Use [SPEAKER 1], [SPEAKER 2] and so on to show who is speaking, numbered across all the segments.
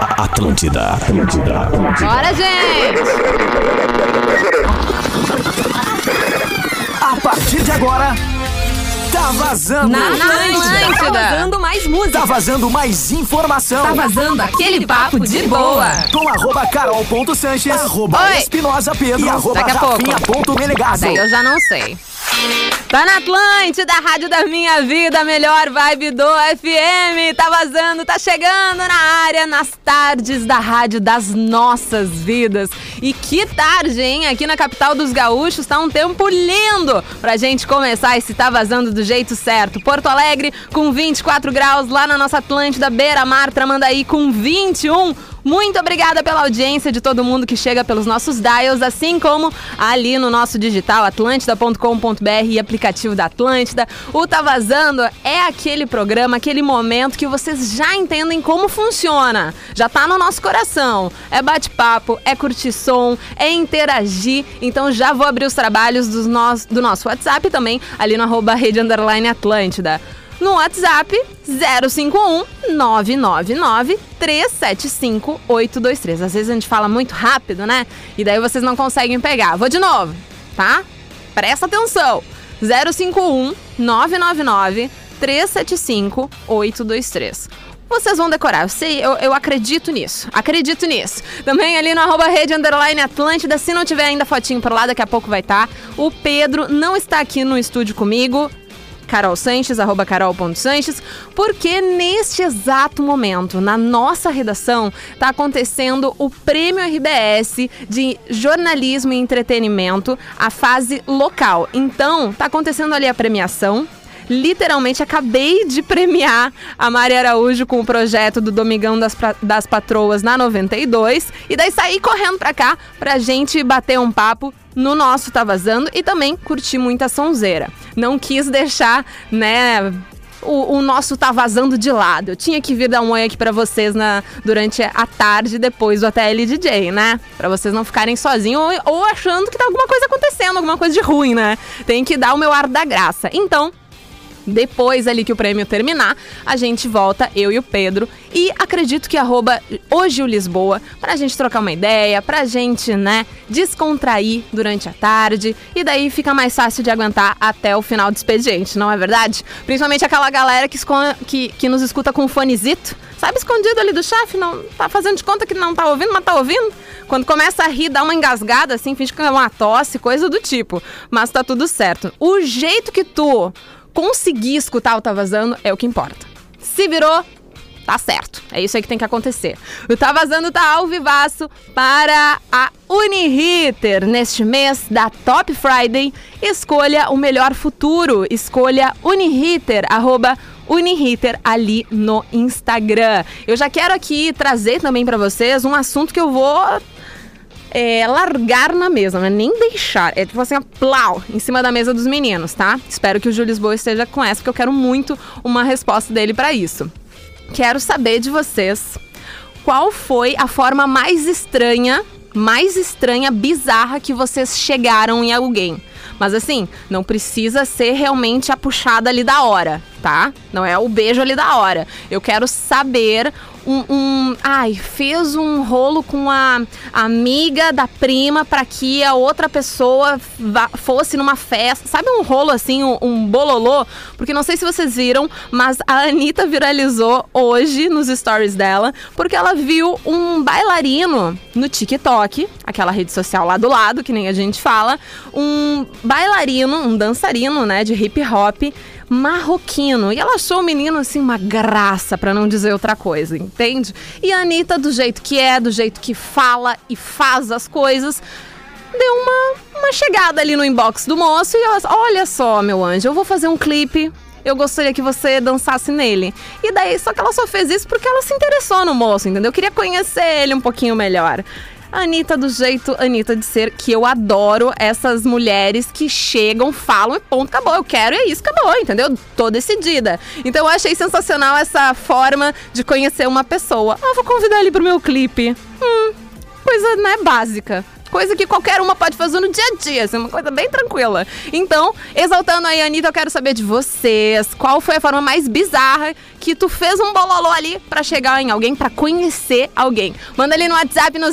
[SPEAKER 1] Atlântida, Atlântida, Atlântida.
[SPEAKER 2] Bora, gente!
[SPEAKER 3] A partir de agora, tá vazando.
[SPEAKER 4] Na Atlântida. Tá
[SPEAKER 2] Atlântida.
[SPEAKER 4] vazando mais música.
[SPEAKER 3] Tá vazando mais informação.
[SPEAKER 4] Tá vazando aquele papo de boa.
[SPEAKER 3] Com arroba carol.sanches, arroba
[SPEAKER 2] Oi.
[SPEAKER 3] espinosa pedro e arroba
[SPEAKER 2] Daqui a pouco.
[SPEAKER 3] rafinha.menegaso.
[SPEAKER 2] Daí eu já não sei. Tá na Atlântida, a rádio da minha vida, a melhor vibe do FM. Tá vazando, tá chegando na área, nas tardes da rádio das nossas vidas. E que tarde, hein? Aqui na capital dos gaúchos tá um tempo lindo pra gente começar esse Tá Vazando do jeito certo. Porto Alegre com 24 graus, lá na nossa Atlântida, Beira Mar, Tramandaí com 21. Muito obrigada pela audiência de todo mundo que chega pelos nossos dials, assim como ali no nosso digital atlântida.com.br e aplicativo da Atlântida. O Tá Vazando é aquele programa, aquele momento que vocês já entendem como funciona. Já tá no nosso coração. É bate-papo, é curtir som, é interagir. Então já vou abrir os trabalhos dos nós- do nosso WhatsApp também, ali no arroba rede underline Atlântida no WhatsApp 051 999 375 823. Às vezes a gente fala muito rápido, né? E daí vocês não conseguem pegar. Vou de novo, tá? Presta atenção. 051 999 375 823. Vocês vão decorar, eu sei, eu, eu acredito nisso. Acredito nisso. Também ali no arroba rede underline Atlântida, se não tiver ainda fotinho por lá, daqui a pouco vai estar. O Pedro não está aqui no estúdio comigo. Carol Sanches, arroba carol.sanches, porque neste exato momento, na nossa redação, está acontecendo o Prêmio RBS de Jornalismo e Entretenimento, a fase local. Então, está acontecendo ali a premiação, literalmente acabei de premiar a Maria Araújo com o projeto do Domingão das, Pra- das Patroas na 92. E daí saí correndo pra cá pra gente bater um papo no nosso Tá Vazando e também curtir muita sonzeira. Não quis deixar, né... O, o nosso tá vazando de lado. Eu tinha que vir dar um oi aqui pra vocês na, durante a tarde depois do ATL DJ, né? Pra vocês não ficarem sozinhos ou, ou achando que tá alguma coisa acontecendo, alguma coisa de ruim, né? Tem que dar o meu ar da graça. Então, depois ali que o prêmio terminar, a gente volta, eu e o Pedro. E acredito que arroba hoje o Lisboa, pra gente trocar uma ideia, pra gente, né, descontrair durante a tarde. E daí fica mais fácil de aguentar até o final do expediente, não é verdade? Principalmente aquela galera que, escon- que, que nos escuta com um fonezito. Sabe, escondido ali do chefe, não tá fazendo de conta que não tá ouvindo, mas tá ouvindo. Quando começa a rir, dá uma engasgada, assim, finge que é uma tosse, coisa do tipo. Mas tá tudo certo. O jeito que tu conseguir escutar o Tá Vazando é o que importa. Se virou, tá certo. É isso aí que tem que acontecer. O Tá Vazando tá ao vivaço para a Uniriter. Neste mês da Top Friday, escolha o melhor futuro. Escolha Uniriter, arroba Uniriter ali no Instagram. Eu já quero aqui trazer também para vocês um assunto que eu vou é, largar na mesa, não é nem deixar. É tipo assim, ó, plau, em cima da mesa dos meninos, tá? Espero que o Júlio Lisboa esteja com essa, porque eu quero muito uma resposta dele pra isso. Quero saber de vocês qual foi a forma mais estranha, mais estranha, bizarra que vocês chegaram em alguém. Mas assim, não precisa ser realmente a puxada ali da hora, tá? Não é o beijo ali da hora. Eu quero saber um. um- ai, fez um rolo com a amiga da prima pra que a outra pessoa vá- fosse numa festa. Sabe um rolo assim, um, um bololô? Porque não sei se vocês viram, mas a Anitta viralizou hoje nos stories dela, porque ela viu um bailarino no TikTok, aquela rede social lá do lado, que nem a gente fala, um bailarino, um dançarino, né, de hip hop marroquino. E ela achou o menino assim uma graça, pra não dizer outra coisa, entende? E a Anitta, do jeito que é, do jeito que fala e faz as coisas, deu uma, uma chegada ali no inbox do moço e ela, olha só, meu anjo, eu vou fazer um clipe. Eu gostaria que você dançasse nele. E daí, só que ela só fez isso porque ela se interessou no moço, entendeu? Eu queria conhecer ele um pouquinho melhor. Anitta do jeito Anitta de ser, que eu adoro essas mulheres que chegam, falam e ponto, acabou. Eu quero e é isso, acabou, entendeu? Tô decidida. Então eu achei sensacional essa forma de conhecer uma pessoa. Ah, vou convidar ele pro meu clipe. Hum, coisa, né, básica. coisa que qualquer uma pode fazer no dia a dia, assim, uma coisa bem tranquila. Então, exaltando aí, Anitta, eu quero saber de vocês, qual foi a forma mais bizarra que tu fez um bololô ali pra chegar em alguém, pra conhecer alguém? Manda ali no WhatsApp no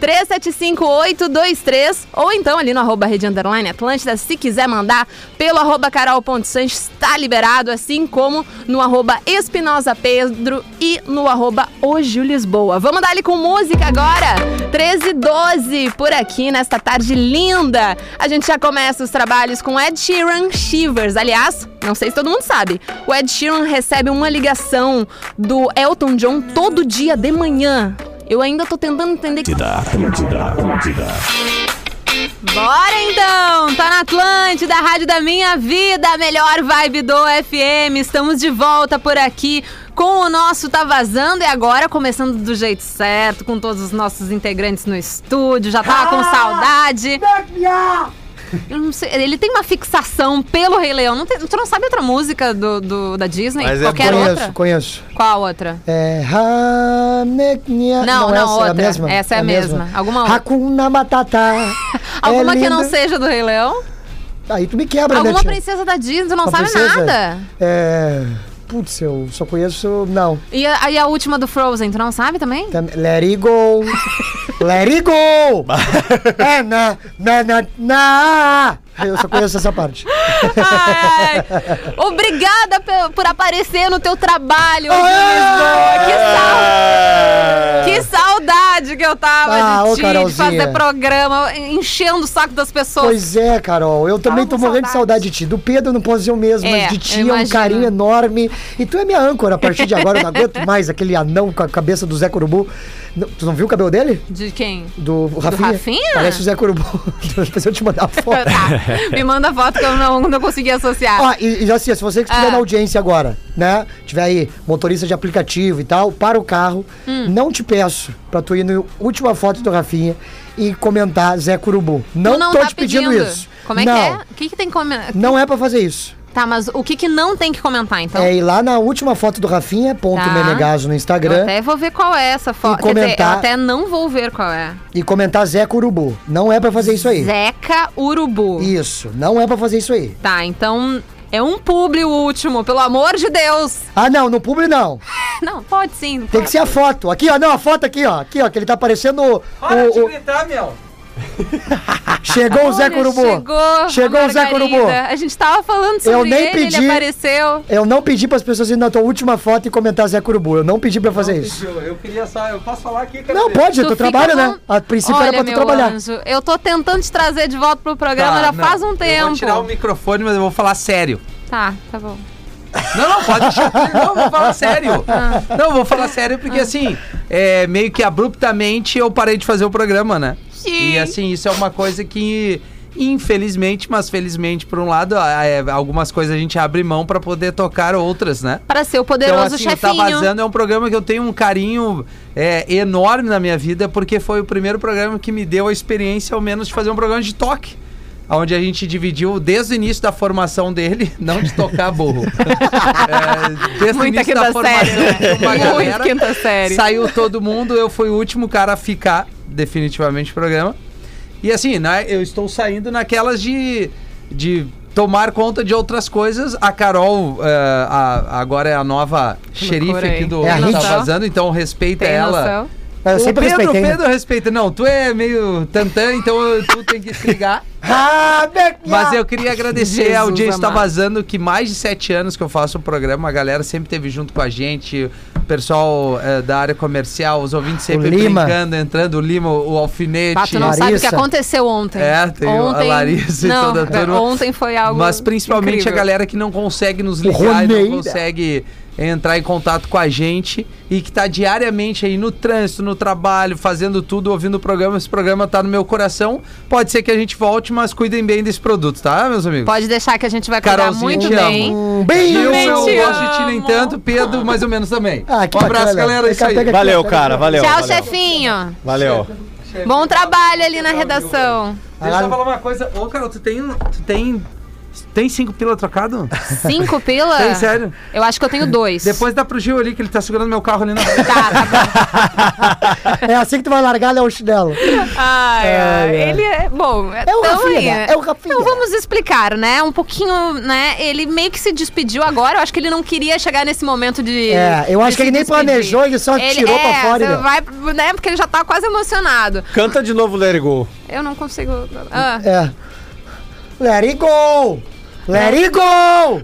[SPEAKER 2] 051-999-375823 ou então ali no arroba Rede Underline Atlântida, se quiser mandar pelo arroba carol.sanches, tá liberado, assim como no arroba Espinosa Pedro e no arroba Hoje Lisboa. Vamos dar ali com música agora? 13 e 12, por aqui nesta tarde linda. A gente já começa os trabalhos com Ed Sheeran Shivers. Aliás, não sei se todo mundo sabe, o Ed Sheeran recebe uma ligação do Elton John todo dia de manhã. Eu ainda tô tentando entender
[SPEAKER 1] Atlântida, Atlântida, Atlântida.
[SPEAKER 2] Bora então! Tá na Atlântida, a Rádio da Minha Vida, a melhor vibe do FM. Estamos de volta por aqui com o nosso Tá Vazando e agora começando do jeito certo, com todos os nossos integrantes no estúdio. Já
[SPEAKER 5] Ah,
[SPEAKER 2] tava com saudade. Eu não sei, ele tem uma fixação pelo Rei Leão. Não tem- tu não sabe outra música do, do- da Disney?
[SPEAKER 6] Mas é
[SPEAKER 2] Qualquer
[SPEAKER 6] boa.
[SPEAKER 5] conheço,
[SPEAKER 2] outra?
[SPEAKER 5] conheço.
[SPEAKER 2] Qual outra?
[SPEAKER 5] É. Haneknia.
[SPEAKER 2] Não, não, outra.
[SPEAKER 5] É a mesma.
[SPEAKER 2] Essa é a mesma. Alguma outra.
[SPEAKER 5] Hakuna Matata.
[SPEAKER 2] Alguma
[SPEAKER 5] É
[SPEAKER 2] que não
[SPEAKER 5] linda.
[SPEAKER 2] seja do Rei Leão?
[SPEAKER 5] Aí tu me quebra, né,
[SPEAKER 2] Alguma
[SPEAKER 5] tia?
[SPEAKER 2] princesa da Disney, tu não
[SPEAKER 5] Uma
[SPEAKER 2] sabe
[SPEAKER 5] princesa?
[SPEAKER 2] nada.
[SPEAKER 5] É. Putz, eu só conheço. Não.
[SPEAKER 2] E a, e a última do Frozen, tu não sabe também?
[SPEAKER 5] Tam- Let it go. Let it go. é, na, na, na, na. né? Eu só conheço essa parte.
[SPEAKER 2] Ai, obrigada pe- por aparecer no teu trabalho hoje
[SPEAKER 5] Ah!
[SPEAKER 2] em Lisboa. Que, sal- que saudade que eu tava de
[SPEAKER 5] Ah, ô,
[SPEAKER 2] ti, de
[SPEAKER 5] Carolzinha.
[SPEAKER 2] fazer programa, enchendo o saco das pessoas.
[SPEAKER 5] Pois é, Carol. Eu também
[SPEAKER 2] Tava
[SPEAKER 5] tô
[SPEAKER 2] com
[SPEAKER 5] morrendo de
[SPEAKER 2] saudade.
[SPEAKER 5] saudade de ti. Do Pedro eu não posso dizer o mesmo,
[SPEAKER 2] É,
[SPEAKER 5] mas de ti
[SPEAKER 2] eu
[SPEAKER 5] é um
[SPEAKER 2] imagino.
[SPEAKER 5] carinho enorme. E tu é minha âncora. A partir de agora eu não aguento mais aquele anão com a cabeça do Zé Corubu. Não, Tu não viu o cabelo dele?
[SPEAKER 2] De quem?
[SPEAKER 5] Do Rafinha?
[SPEAKER 2] Rafinha?
[SPEAKER 5] Parece o Zé Corubu. Depois eu te mandar a foto.
[SPEAKER 2] Tá, me manda foto que eu não, não consegui associar.
[SPEAKER 5] Ó, e, e assim, se você que estiver
[SPEAKER 2] Ah.
[SPEAKER 5] na audiência agora, né? Tiver aí motorista de aplicativo e tal, para o carro,
[SPEAKER 2] Hum.
[SPEAKER 5] não te peço pra tu ir na última foto do Rafinha e comentar Zé Curubu. Não,
[SPEAKER 2] tu não
[SPEAKER 5] tô
[SPEAKER 2] tá
[SPEAKER 5] te pedindo, isso.
[SPEAKER 2] Como é
[SPEAKER 5] não,
[SPEAKER 2] que é? O que, que tem que comentar?
[SPEAKER 5] Não é pra fazer isso.
[SPEAKER 2] Tá, mas o que, que não tem que comentar, então?
[SPEAKER 5] É ir lá na última foto do Rafinha, ponto
[SPEAKER 2] Tá.
[SPEAKER 5] Menegaso no
[SPEAKER 2] Eu
[SPEAKER 5] Instagram,
[SPEAKER 2] até vou ver qual é essa foto.
[SPEAKER 5] E
[SPEAKER 2] Quer dizer, eu
[SPEAKER 5] comentar-
[SPEAKER 2] até não vou ver qual é.
[SPEAKER 5] e comentar Zé Curubu. Não é pra fazer isso aí.
[SPEAKER 2] Zeca Urubu.
[SPEAKER 5] Isso, não é pra fazer isso aí.
[SPEAKER 2] Tá, então é um publi o último, pelo amor de Deus.
[SPEAKER 5] Ah, não, no publi não.
[SPEAKER 2] Não, pode sim.
[SPEAKER 5] Tem que ser a foto. Aqui, ó, não, a foto aqui, ó. Aqui, ó, que ele tá aparecendo o. o- o-
[SPEAKER 6] gritar, meu.
[SPEAKER 5] Chegou o Zé Curubu.
[SPEAKER 2] Chegou,
[SPEAKER 5] Chegou
[SPEAKER 2] a
[SPEAKER 5] o Zé
[SPEAKER 2] Margarida.
[SPEAKER 5] Curubu.
[SPEAKER 2] A gente tava falando sobre
[SPEAKER 5] Eu nem
[SPEAKER 2] ele, ele
[SPEAKER 5] pedi.
[SPEAKER 2] apareceu.
[SPEAKER 5] Eu não pedi pras pessoas irem na tua última foto e comentar Zé Curubu. Eu não pedi pra fazer isso.
[SPEAKER 6] Eu, eu queria só. Eu posso falar aqui, cara.
[SPEAKER 5] Não, pode,
[SPEAKER 2] Tu
[SPEAKER 5] tu
[SPEAKER 2] fica
[SPEAKER 5] trabalha,
[SPEAKER 2] com-
[SPEAKER 5] né? A princípio
[SPEAKER 2] Olha,
[SPEAKER 5] era pra tu
[SPEAKER 2] meu
[SPEAKER 5] trabalhar.
[SPEAKER 2] anjo, eu tô tentando te trazer de volta pro programa
[SPEAKER 6] Tá,
[SPEAKER 2] já
[SPEAKER 6] não.
[SPEAKER 2] faz um
[SPEAKER 6] Eu
[SPEAKER 2] tempo.
[SPEAKER 6] vou tirar o microfone, mas eu vou falar sério.
[SPEAKER 2] Tá, tá bom.
[SPEAKER 6] Não, não, pode chutar. Não, eu vou falar sério.
[SPEAKER 2] Ah.
[SPEAKER 6] Não, eu vou falar sério porque assim, é, meio que abruptamente eu parei de fazer o programa, né?
[SPEAKER 2] Sim.
[SPEAKER 6] E assim, isso é uma coisa que, infelizmente, mas felizmente, por um lado, a- é, algumas coisas a gente abre mão pra poder tocar outras, né?
[SPEAKER 2] Para ser o
[SPEAKER 6] Então,
[SPEAKER 2] poderoso
[SPEAKER 6] assim, o Tá
[SPEAKER 2] chefinho.
[SPEAKER 6] Vazando é um programa que eu tenho um carinho é, enorme na minha vida, porque foi o primeiro programa que me deu a experiência, ao menos, de fazer um programa de toque. Onde a gente dividiu desde o início da formação dele, não de tocar burro. É, desde
[SPEAKER 2] Muita
[SPEAKER 6] o início da
[SPEAKER 2] quinta série,
[SPEAKER 6] formação
[SPEAKER 2] né?
[SPEAKER 6] de uma
[SPEAKER 2] Muito
[SPEAKER 6] galera,
[SPEAKER 2] quinta série.
[SPEAKER 6] Saiu todo mundo, eu fui o último cara a ficar definitivamente no programa. E assim, né, eu estou saindo naquelas de, de tomar conta de outras coisas. A Carol eh, a- agora é a nova xerife
[SPEAKER 2] loucura,
[SPEAKER 6] aqui
[SPEAKER 2] hein?
[SPEAKER 6] do
[SPEAKER 5] É a
[SPEAKER 6] que tá
[SPEAKER 5] Hit.
[SPEAKER 6] vazando, então respeita
[SPEAKER 2] Tem
[SPEAKER 6] ela.
[SPEAKER 2] noção?
[SPEAKER 5] Mas É, eu
[SPEAKER 6] O
[SPEAKER 5] sempre
[SPEAKER 6] Pedro,
[SPEAKER 5] respeitei. né?
[SPEAKER 6] Pedro respeita. Não, tu é meio tantã, então eu- tu tem que se ligar.
[SPEAKER 5] Ah,
[SPEAKER 6] Mas eu queria agradecer
[SPEAKER 2] Jesus
[SPEAKER 6] ao Dia Está
[SPEAKER 2] amado.
[SPEAKER 6] Vazando, que mais de sete anos que eu faço o programa, a galera sempre teve junto com a gente, o pessoal eh, da área comercial, os ouvintes sempre
[SPEAKER 5] Lima.
[SPEAKER 6] brincando, entrando, o Lima, o Alfinete.
[SPEAKER 2] Ah, tu não sabe o que
[SPEAKER 5] Larissa.
[SPEAKER 2] aconteceu ontem.
[SPEAKER 6] É, tem o- a
[SPEAKER 2] ontem,
[SPEAKER 6] Larissa e
[SPEAKER 2] não, é,
[SPEAKER 6] toda a turma.
[SPEAKER 2] Ontem foi algo
[SPEAKER 6] Mas principalmente
[SPEAKER 2] incrível.
[SPEAKER 6] a galera que não consegue nos ligar e não
[SPEAKER 5] Roneira.
[SPEAKER 6] consegue entrar em contato com a gente e que tá diariamente aí no trânsito, no trabalho, fazendo tudo, ouvindo o programa. Esse programa tá no meu coração. Pode ser que a gente volte, mas cuidem bem desse produto, tá, meus amigos?
[SPEAKER 2] Pode deixar que a gente vai cuidar
[SPEAKER 6] Carolzinha,
[SPEAKER 2] muito
[SPEAKER 6] te amo.
[SPEAKER 2] bem.
[SPEAKER 5] Um
[SPEAKER 6] Gil,
[SPEAKER 5] beijo.
[SPEAKER 2] Também
[SPEAKER 6] eu
[SPEAKER 2] te
[SPEAKER 6] gosto de ti nem
[SPEAKER 2] amo.
[SPEAKER 6] tanto, Pedro, mais ou menos também.
[SPEAKER 5] Ah, que
[SPEAKER 6] um abraço,
[SPEAKER 5] bacana.
[SPEAKER 6] galera. É isso
[SPEAKER 5] Pega,
[SPEAKER 6] aí.
[SPEAKER 5] pega aqui,
[SPEAKER 1] Valeu,
[SPEAKER 5] pega
[SPEAKER 1] cara,
[SPEAKER 5] aqui.
[SPEAKER 1] valeu.
[SPEAKER 2] Tchau,
[SPEAKER 1] valeu.
[SPEAKER 2] chefinho.
[SPEAKER 1] Valeu.
[SPEAKER 2] Bom trabalho ali na redação.
[SPEAKER 6] Deixa eu
[SPEAKER 5] Caralho.
[SPEAKER 6] falar uma coisa. Ô, Carol, tu um, tem. Tu tem. Tem cinco pila trocado?
[SPEAKER 2] Cinco pila?
[SPEAKER 6] Tem, sério?
[SPEAKER 2] Eu acho que eu tenho dois.
[SPEAKER 6] Depois dá pro Gil ali, que ele tá segurando meu carro ali na frente.
[SPEAKER 2] Tá, tá bom.
[SPEAKER 5] É assim que tu vai largar, Léo Chinelo.
[SPEAKER 2] Ai, ai.
[SPEAKER 5] Ai, ai.
[SPEAKER 2] Ele é. Bom, é
[SPEAKER 5] o Rafinha, é o Rafinha.
[SPEAKER 2] Então vamos explicar, né? Um pouquinho, né? Ele meio que se despediu agora. Eu acho que ele não queria chegar nesse momento de.
[SPEAKER 5] É, eu acho
[SPEAKER 2] de
[SPEAKER 5] que ele
[SPEAKER 2] se
[SPEAKER 5] nem planejou, ele só tirou pra
[SPEAKER 2] é,
[SPEAKER 5] fora,
[SPEAKER 2] você
[SPEAKER 5] né?
[SPEAKER 2] Vai, né? Porque ele já tá quase emocionado.
[SPEAKER 7] Canta de novo Let It Go.
[SPEAKER 2] Eu não consigo. Ah.
[SPEAKER 5] É. Let it go! Let it go!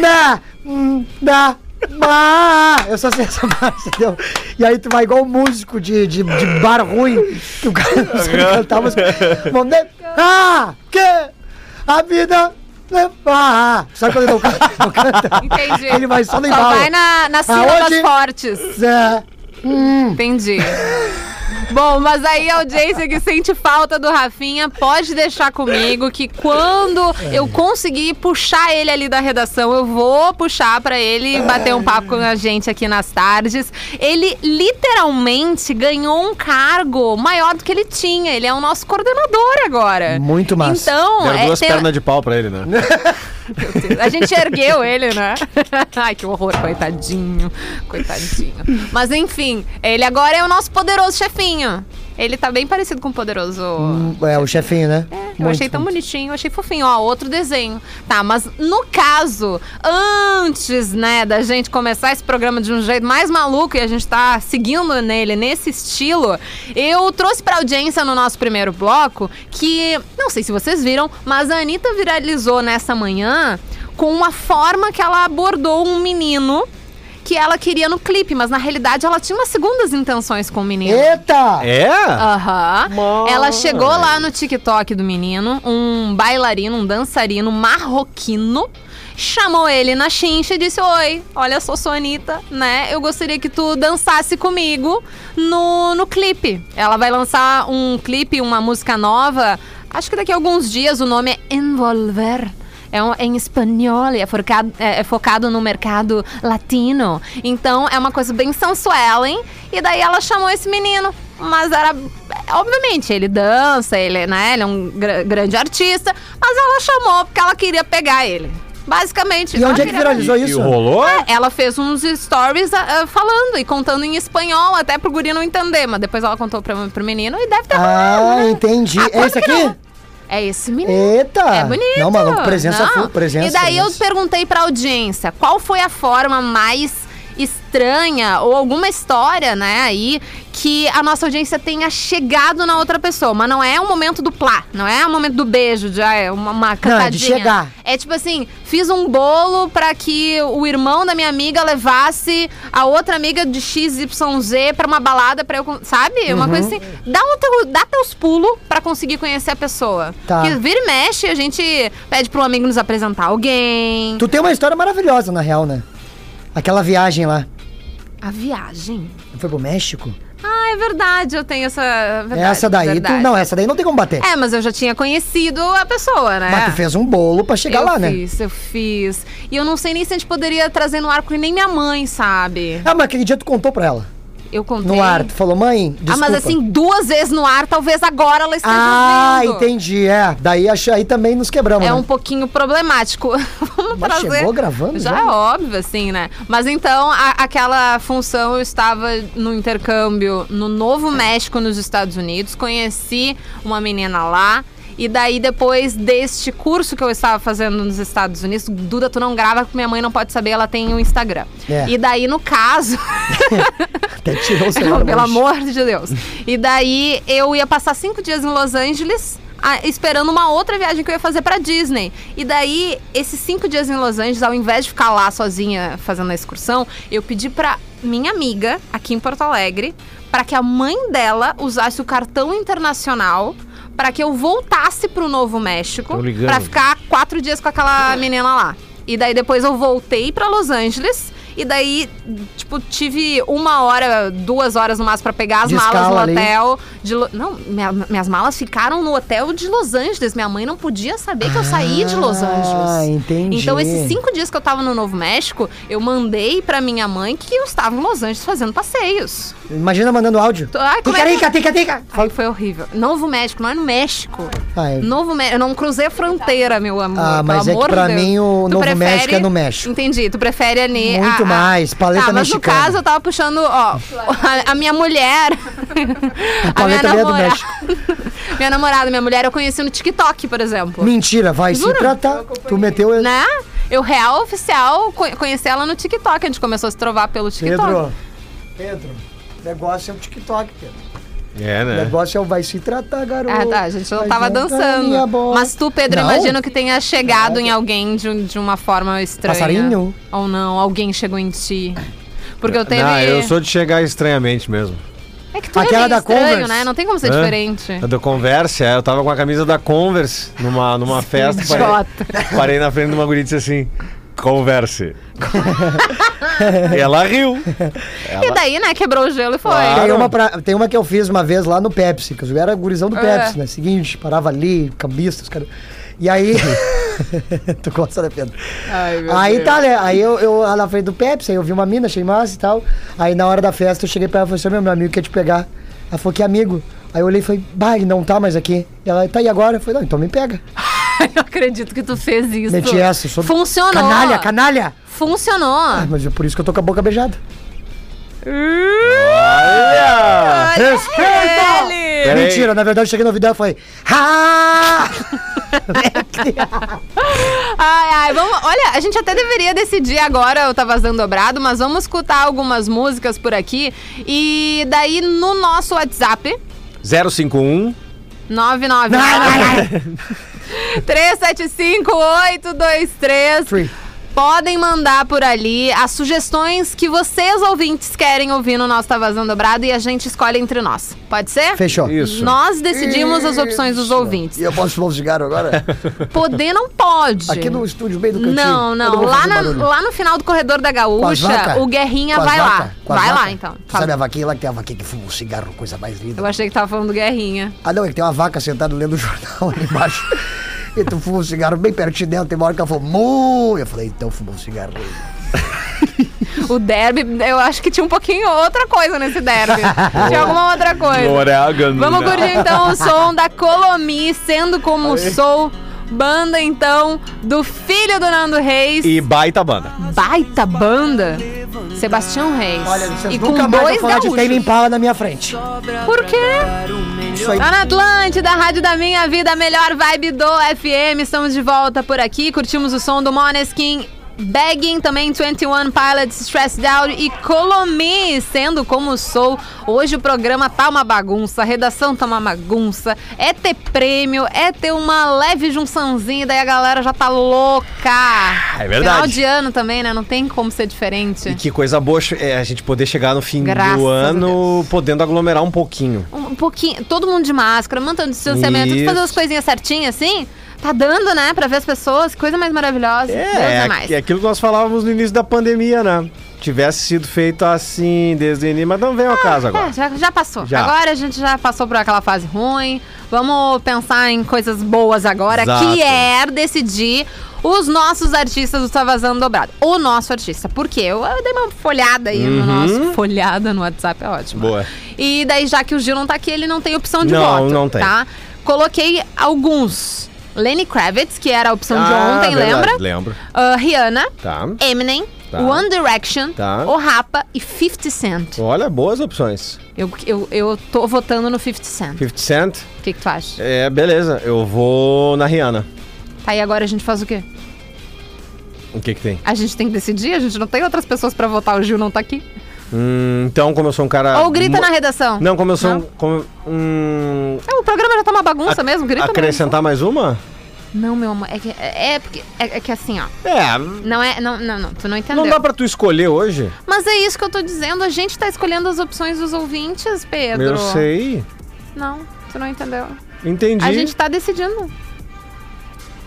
[SPEAKER 5] Na! hum, Na! Ma! Eu só sei essa parte, entendeu? E aí tu vai igual um músico de, de, de bar ruim, que o cara não sabe cantar a música. Vamos ver. Ah! Que! A vida. né? Ah! Sabe quando ele não canta? Não canta.
[SPEAKER 2] Entendi.
[SPEAKER 5] Ele vai só no
[SPEAKER 2] Só
[SPEAKER 5] embalo.
[SPEAKER 2] vai na, nas sílabas
[SPEAKER 5] Aonde?
[SPEAKER 2] fortes.
[SPEAKER 5] Zé.
[SPEAKER 2] Entendi. Bom, mas aí a audiência que sente falta do Rafinha pode deixar comigo que quando eu conseguir puxar ele ali da redação, eu vou puxar pra ele bater um papo com a gente aqui nas tardes. Ele literalmente ganhou um cargo maior do que ele tinha. Ele é o nosso coordenador agora.
[SPEAKER 5] Muito massa.
[SPEAKER 2] Então,
[SPEAKER 7] Deram
[SPEAKER 2] é,
[SPEAKER 7] duas
[SPEAKER 2] tem-
[SPEAKER 7] pernas de pau pra ele, né?
[SPEAKER 2] a gente ergueu ele, né? Ai, que horror, coitadinho. Coitadinho. Mas enfim, ele agora é o nosso poderoso chefinho. Ele tá bem parecido com o poderoso.
[SPEAKER 5] É, o chefinho, né?
[SPEAKER 2] É, eu achei tão bonitinho, eu achei fofinho. Ó, outro desenho. Tá, mas no caso, antes, né, da gente começar esse programa de um jeito mais maluco e a gente tá seguindo nele, nesse estilo, eu trouxe pra audiência no nosso primeiro bloco que, não sei se vocês viram, mas a Anitta viralizou nessa manhã com uma forma que ela abordou um menino que ela queria no clipe, mas na realidade ela tinha umas segundas intenções com o menino.
[SPEAKER 5] Eita!
[SPEAKER 7] É?
[SPEAKER 2] Aham.
[SPEAKER 7] Mãe.
[SPEAKER 2] Ela chegou lá no TikTok do menino, um bailarino, um dançarino marroquino. Chamou ele na chincha e disse: Oi, olha só, sou a Anitta, né? Eu gostaria que tu dançasse comigo no, no clipe. Ela vai lançar um clipe, uma música nova. Acho que daqui a alguns dias o nome é Envolver. É um- em espanhol, e é forcado- é- é focado no mercado latino. Então é uma coisa bem sensuellen. E daí ela chamou esse menino. Mas era. Obviamente, ele dança, ele, né, ele é um gra- grande artista. Mas ela chamou porque ela queria pegar ele. Basicamente.
[SPEAKER 5] E
[SPEAKER 2] ela
[SPEAKER 5] onde é que
[SPEAKER 2] queria-
[SPEAKER 5] viralizou
[SPEAKER 7] E
[SPEAKER 5] isso?
[SPEAKER 7] rolou?
[SPEAKER 2] É, Ela fez uns stories ah, ah, falando e contando em espanhol, até pro guri não entender. Mas depois ela contou pra, pro menino e deve ter rolado,
[SPEAKER 5] Ah,
[SPEAKER 2] né?
[SPEAKER 5] entendi.
[SPEAKER 2] Ah,
[SPEAKER 5] é
[SPEAKER 2] claro
[SPEAKER 5] esse
[SPEAKER 2] que
[SPEAKER 5] aqui?
[SPEAKER 2] não. É esse menino.
[SPEAKER 5] Eita!
[SPEAKER 2] É bonito.
[SPEAKER 5] Não, maluco, presença
[SPEAKER 2] não.
[SPEAKER 5] full, presença.
[SPEAKER 2] E daí eu
[SPEAKER 5] presença.
[SPEAKER 2] perguntei pra audiência qual foi a forma mais estranha ou alguma história, né, aí, que a nossa audiência tenha chegado na outra pessoa. Mas não é o momento do plá, não é o momento do beijo, de ah, é uma, uma cantadinha.
[SPEAKER 5] de chegar.
[SPEAKER 2] É tipo assim, fiz um bolo pra que o irmão da minha amiga levasse a outra amiga de XYZ pra uma balada pra eu, con- sabe? Uma coisa
[SPEAKER 5] Uhum.
[SPEAKER 2] assim. Dá, um teu- dá teus pulos pra conseguir conhecer a pessoa.
[SPEAKER 5] Tá.
[SPEAKER 2] Porque vira e mexe, a gente pede pro amigo nos apresentar alguém.
[SPEAKER 5] Tu tem uma história maravilhosa, na real, né? Aquela viagem lá.
[SPEAKER 2] A viagem.
[SPEAKER 5] Foi pro México? É
[SPEAKER 2] Ah, é verdade, eu tenho essa. verdade,
[SPEAKER 5] essa daí, tu,
[SPEAKER 2] verdade.
[SPEAKER 5] não, essa daí não tem como bater.
[SPEAKER 2] É, mas eu já tinha conhecido a pessoa, né?
[SPEAKER 5] Mas tu fez um bolo pra chegar
[SPEAKER 2] eu
[SPEAKER 5] lá, né?
[SPEAKER 2] fiz, eu fiz. E eu não sei nem se a gente poderia trazer no ar, porque nem minha mãe sabe.
[SPEAKER 5] Ah, mas aquele dia tu contou pra ela.
[SPEAKER 2] Eu contei.
[SPEAKER 5] No ar, tu falou, mãe, desculpa.
[SPEAKER 2] Ah, mas assim, tá duas vezes no ar, talvez agora ela esteja
[SPEAKER 5] Ah,
[SPEAKER 2] ouvindo.
[SPEAKER 5] entendi, é. Daí acho- aí também nos quebramos,
[SPEAKER 2] É um
[SPEAKER 5] né?
[SPEAKER 2] pouquinho problemático. Vamos
[SPEAKER 5] Mas
[SPEAKER 2] trazer.
[SPEAKER 5] chegou gravando
[SPEAKER 2] Já
[SPEAKER 5] já?
[SPEAKER 2] é óbvio, assim, né? Mas então, a- aquela função eu estava no intercâmbio no Novo México, nos Estados Unidos. Conheci uma menina lá. E daí, depois deste curso que eu estava fazendo nos Estados Unidos, Duda, tu não grava porque minha mãe não pode saber, ela tem o Instagram.
[SPEAKER 5] É.
[SPEAKER 2] E daí, no caso.
[SPEAKER 5] Até tirou o celular.
[SPEAKER 2] Pelo
[SPEAKER 5] longe.
[SPEAKER 2] amor de Deus. E daí eu ia passar cinco dias em Los Angeles. ah, esperando uma outra viagem que eu ia fazer pra Disney. E daí, esses cinco dias em Los Angeles, ao invés de ficar lá sozinha fazendo a excursão, eu pedi pra minha amiga, aqui em Porto Alegre, pra que a mãe dela usasse o cartão internacional pra que eu voltasse pro Novo México
[SPEAKER 7] Tô ligando.
[SPEAKER 2] pra ficar quatro dias com aquela menina lá. E daí depois eu voltei pra Los Angeles. E daí, tipo, tive uma hora, duas horas no máximo pra pegar as
[SPEAKER 5] De
[SPEAKER 2] malas no
[SPEAKER 5] escala ali.
[SPEAKER 2] hotel. de Lo- Não, minha- minhas malas ficaram no hotel de Los Angeles. Minha mãe não podia saber que eu saí de Los Angeles.
[SPEAKER 5] Ah, entendi.
[SPEAKER 2] Então, esses cinco dias que eu tava no Novo México, eu mandei pra minha mãe que eu estava em Los Angeles fazendo passeios.
[SPEAKER 5] Imagina mandando áudio.
[SPEAKER 2] Tô- Ai, como é que-
[SPEAKER 5] Tica, tica, tica, tica.
[SPEAKER 2] Ai, foi horrível. Novo México, não é no México.
[SPEAKER 5] Ah, é.
[SPEAKER 2] Novo México. Eu não cruzei a fronteira, meu amor.
[SPEAKER 5] Ah,
[SPEAKER 2] pelo
[SPEAKER 5] mas é que
[SPEAKER 2] amor de
[SPEAKER 5] pra
[SPEAKER 2] Deus.
[SPEAKER 5] mim o Novo México é no México.
[SPEAKER 2] Entendi. Tu prefere ali.
[SPEAKER 5] Muito mais, paleta
[SPEAKER 2] tá, mas
[SPEAKER 5] mexicana.
[SPEAKER 2] no caso eu tava puxando, ó, a, a minha mulher. a minha
[SPEAKER 5] paleta ali é do
[SPEAKER 2] namorada.
[SPEAKER 5] México.
[SPEAKER 2] minha namorada, minha mulher, eu conheci no TikTok, por exemplo.
[SPEAKER 5] Mentira, vai
[SPEAKER 2] Juro.
[SPEAKER 5] se tratar. Tu meteu ele.
[SPEAKER 2] Né? Eu, real oficial, co- conheci ela no TikTok. A gente começou a se trovar pelo TikTok.
[SPEAKER 5] Pedro. Pedro. o Negócio é o TikTok, Pedro.
[SPEAKER 7] É,
[SPEAKER 5] O
[SPEAKER 7] né?
[SPEAKER 5] negócio é o vai se tratar, garoto.
[SPEAKER 2] Ah, tá, a gente não
[SPEAKER 5] Vai
[SPEAKER 2] tava
[SPEAKER 5] jantar,
[SPEAKER 2] dançando.
[SPEAKER 5] minha bola.
[SPEAKER 2] Mas tu, Pedro,
[SPEAKER 5] Não?
[SPEAKER 2] imagino que tenha chegado em alguém de, um- de uma forma estranha.
[SPEAKER 5] Passarinho?
[SPEAKER 2] Ou não, alguém chegou em ti. Porque eu teve.
[SPEAKER 7] Não, eu sou de chegar estranhamente mesmo.
[SPEAKER 2] É que tu
[SPEAKER 5] Aquela
[SPEAKER 2] é meio
[SPEAKER 5] da
[SPEAKER 2] estranho,
[SPEAKER 5] Converse.
[SPEAKER 2] né? Não tem como ser
[SPEAKER 7] Hã?
[SPEAKER 2] diferente.
[SPEAKER 7] A da Converse, é, eu tava com a camisa da Converse numa, numa festa. Parei, parei na frente de uma guria e disse assim: Converse. e ela riu.
[SPEAKER 2] E daí, né? Quebrou o gelo e foi.
[SPEAKER 7] Claro.
[SPEAKER 5] Tem uma, pra- tem uma que eu fiz uma vez lá no Pepsi, que eu era gurizão do
[SPEAKER 2] É.
[SPEAKER 5] Pepsi, né? Seguinte, parava ali, cambista, os caras. E aí. tu gosta da pena.
[SPEAKER 2] Ai, meu
[SPEAKER 5] Aí
[SPEAKER 2] Deus.
[SPEAKER 5] tá, né? Aí eu, eu lá na frente do Pepsi, aí eu vi uma mina, achei massa e tal. Aí na hora da festa eu cheguei pra ela e falei assim: "Ô, meu, meu amigo quer te pegar. Ela falou: que amigo? Aí eu olhei e falei: bah, ele não tá mais aqui. E ela, tá aí agora? Eu falei: não, então me pega.
[SPEAKER 2] Eu acredito que tu fez isso.
[SPEAKER 5] Meti essa, sou
[SPEAKER 2] Funcionou.
[SPEAKER 5] Canalha, canalha!
[SPEAKER 2] Funcionou.
[SPEAKER 5] Ah, mas é por isso que eu tô com a boca beijada.
[SPEAKER 2] Olha ele!
[SPEAKER 7] Peraí.
[SPEAKER 5] Mentira, na verdade eu cheguei no vídeo e falei: ah!
[SPEAKER 2] Ai, ai, vamos. Olha, a gente até deveria decidir agora o Tá Vazando Dobrado, mas vamos escutar algumas músicas por aqui. E daí no nosso WhatsApp,
[SPEAKER 7] 051.
[SPEAKER 2] 99. 375823.
[SPEAKER 5] Free.
[SPEAKER 2] Podem mandar por ali as sugestões que vocês ouvintes querem ouvir no nosso Tá Vazando Dobrado e a gente escolhe entre nós. Pode ser?
[SPEAKER 5] Fechou.
[SPEAKER 7] Isso.
[SPEAKER 2] Nós decidimos as opções dos ouvintes.
[SPEAKER 5] E eu posso falar os cigarros agora?
[SPEAKER 2] Poder não pode.
[SPEAKER 5] Aqui no estúdio, bem do cantinho.
[SPEAKER 2] Não,
[SPEAKER 5] Eu
[SPEAKER 2] não.
[SPEAKER 5] vou
[SPEAKER 2] Lá,
[SPEAKER 5] fazer um
[SPEAKER 2] na-
[SPEAKER 5] barulho.
[SPEAKER 2] lá no final do corredor da
[SPEAKER 5] Com as
[SPEAKER 2] gaúcha,
[SPEAKER 5] vacas?
[SPEAKER 2] o Guerrinha
[SPEAKER 5] Com as
[SPEAKER 2] vai lá.
[SPEAKER 5] vacas? Com as
[SPEAKER 2] Vai lá,
[SPEAKER 5] vacas?
[SPEAKER 2] então.
[SPEAKER 5] Tu
[SPEAKER 2] Fala.
[SPEAKER 5] sabe a vaquinha lá que tem a vaquinha que fuma um cigarro, coisa mais linda.
[SPEAKER 2] Eu achei que tava falando do Guerrinha.
[SPEAKER 5] Ah, não, é que tem uma vaca sentada lendo o jornal ali embaixo. E tu fuma um cigarro bem pertinho dela. Tem uma hora que ela falou, mu! Eu falei, então fuma um cigarro.
[SPEAKER 2] O derby, eu acho que tinha um pouquinho outra coisa nesse derby. tinha alguma outra coisa.
[SPEAKER 7] Orégano.
[SPEAKER 2] Vamos curtir então o som da Colomi, sendo como sou. Banda então do filho do Nando Reis.
[SPEAKER 7] E baita banda.
[SPEAKER 2] Baita banda. Sebastião Reis. e com dois gaúchos.
[SPEAKER 5] Impala na minha frente.
[SPEAKER 2] Por quê?
[SPEAKER 5] Isso aí.
[SPEAKER 2] Tá na Atlântida, Rádio da Minha Vida, a melhor vibe do FM. Estamos de volta por aqui. Curtimos o som do Moneskin. Begging também, 21 Pilots, Stressed Out e Colomi, sendo como sou. Hoje o programa tá uma bagunça, a redação tá uma bagunça. É ter prêmio, é ter uma leve junçãozinha, daí a galera já tá louca.
[SPEAKER 7] é verdade.
[SPEAKER 2] Final de ano também, né? Não tem como ser diferente.
[SPEAKER 7] E que coisa boa é a gente poder chegar no fim
[SPEAKER 2] Graças
[SPEAKER 7] do
[SPEAKER 2] a
[SPEAKER 7] ano podendo aglomerar um pouquinho.
[SPEAKER 2] um pouquinho, todo mundo de máscara, mantendo distanciamento, tudo
[SPEAKER 7] Isso.
[SPEAKER 2] fazer as coisinhas certinhas assim. Tá dando, né, pra ver as pessoas, que coisa mais maravilhosa. Deus é
[SPEAKER 7] É,
[SPEAKER 2] mais.
[SPEAKER 7] é aquilo que nós falávamos no início da pandemia, né? Tivesse sido feito assim desde o início, mas não vem ao caso agora.
[SPEAKER 2] É, já, já passou.
[SPEAKER 7] Já.
[SPEAKER 2] Agora a gente já passou por aquela fase ruim. Vamos pensar em coisas boas agora,
[SPEAKER 7] Exato.
[SPEAKER 2] que é decidir os nossos artistas do Tá Vazando Dobrado. O nosso artista. Por quê? Eu, eu dei uma folhada aí no nosso. Folhada no WhatsApp é ótimo.
[SPEAKER 7] Uhum. Boa.
[SPEAKER 2] E daí, já que o Gil não tá aqui, ele não tem opção de
[SPEAKER 7] Não,
[SPEAKER 2] voto.
[SPEAKER 7] não tem.
[SPEAKER 2] Tá? Coloquei alguns. Lenny Kravitz, que era a opção de
[SPEAKER 7] Ah,
[SPEAKER 2] ontem,
[SPEAKER 7] verdade,
[SPEAKER 2] lembra?
[SPEAKER 7] Lembro.
[SPEAKER 2] Ah, Rihanna,
[SPEAKER 7] Tá.
[SPEAKER 2] Eminem,
[SPEAKER 7] Tá.
[SPEAKER 2] One Direction,
[SPEAKER 7] Tá.
[SPEAKER 2] O Rapa e 50 Cent.
[SPEAKER 7] Olha, boas opções.
[SPEAKER 2] Eu, eu, eu tô votando no 50 Cent.
[SPEAKER 7] 50 Cent,
[SPEAKER 2] O que, que tu acha?
[SPEAKER 7] é, beleza. Eu vou na Rihanna.
[SPEAKER 2] Tá, e agora a gente faz o quê?
[SPEAKER 7] O que que tem?
[SPEAKER 2] A gente tem que decidir? A gente não tem outras pessoas pra votar, o Gil não tá aqui.
[SPEAKER 7] Hum, então, como eu sou um cara...
[SPEAKER 2] Ou grita
[SPEAKER 7] mu-
[SPEAKER 2] na redação.
[SPEAKER 7] Não, como eu sou
[SPEAKER 2] Não?
[SPEAKER 7] um... Como, hum,
[SPEAKER 2] É, o programa já tá uma bagunça
[SPEAKER 7] ac-
[SPEAKER 2] mesmo, grita na
[SPEAKER 7] Acrescentar mais uma?
[SPEAKER 2] redação. Não, meu amor, é que, é, é porque, é, é que assim, ó.
[SPEAKER 7] É,
[SPEAKER 2] Não é, não, não, não, tu não entendeu.
[SPEAKER 7] não dá pra tu escolher hoje.
[SPEAKER 2] Mas é isso que eu tô dizendo, a gente tá escolhendo as opções dos ouvintes, Pedro.
[SPEAKER 7] Eu sei.
[SPEAKER 2] Não, tu não entendeu.
[SPEAKER 7] Entendi.
[SPEAKER 2] A gente tá decidindo.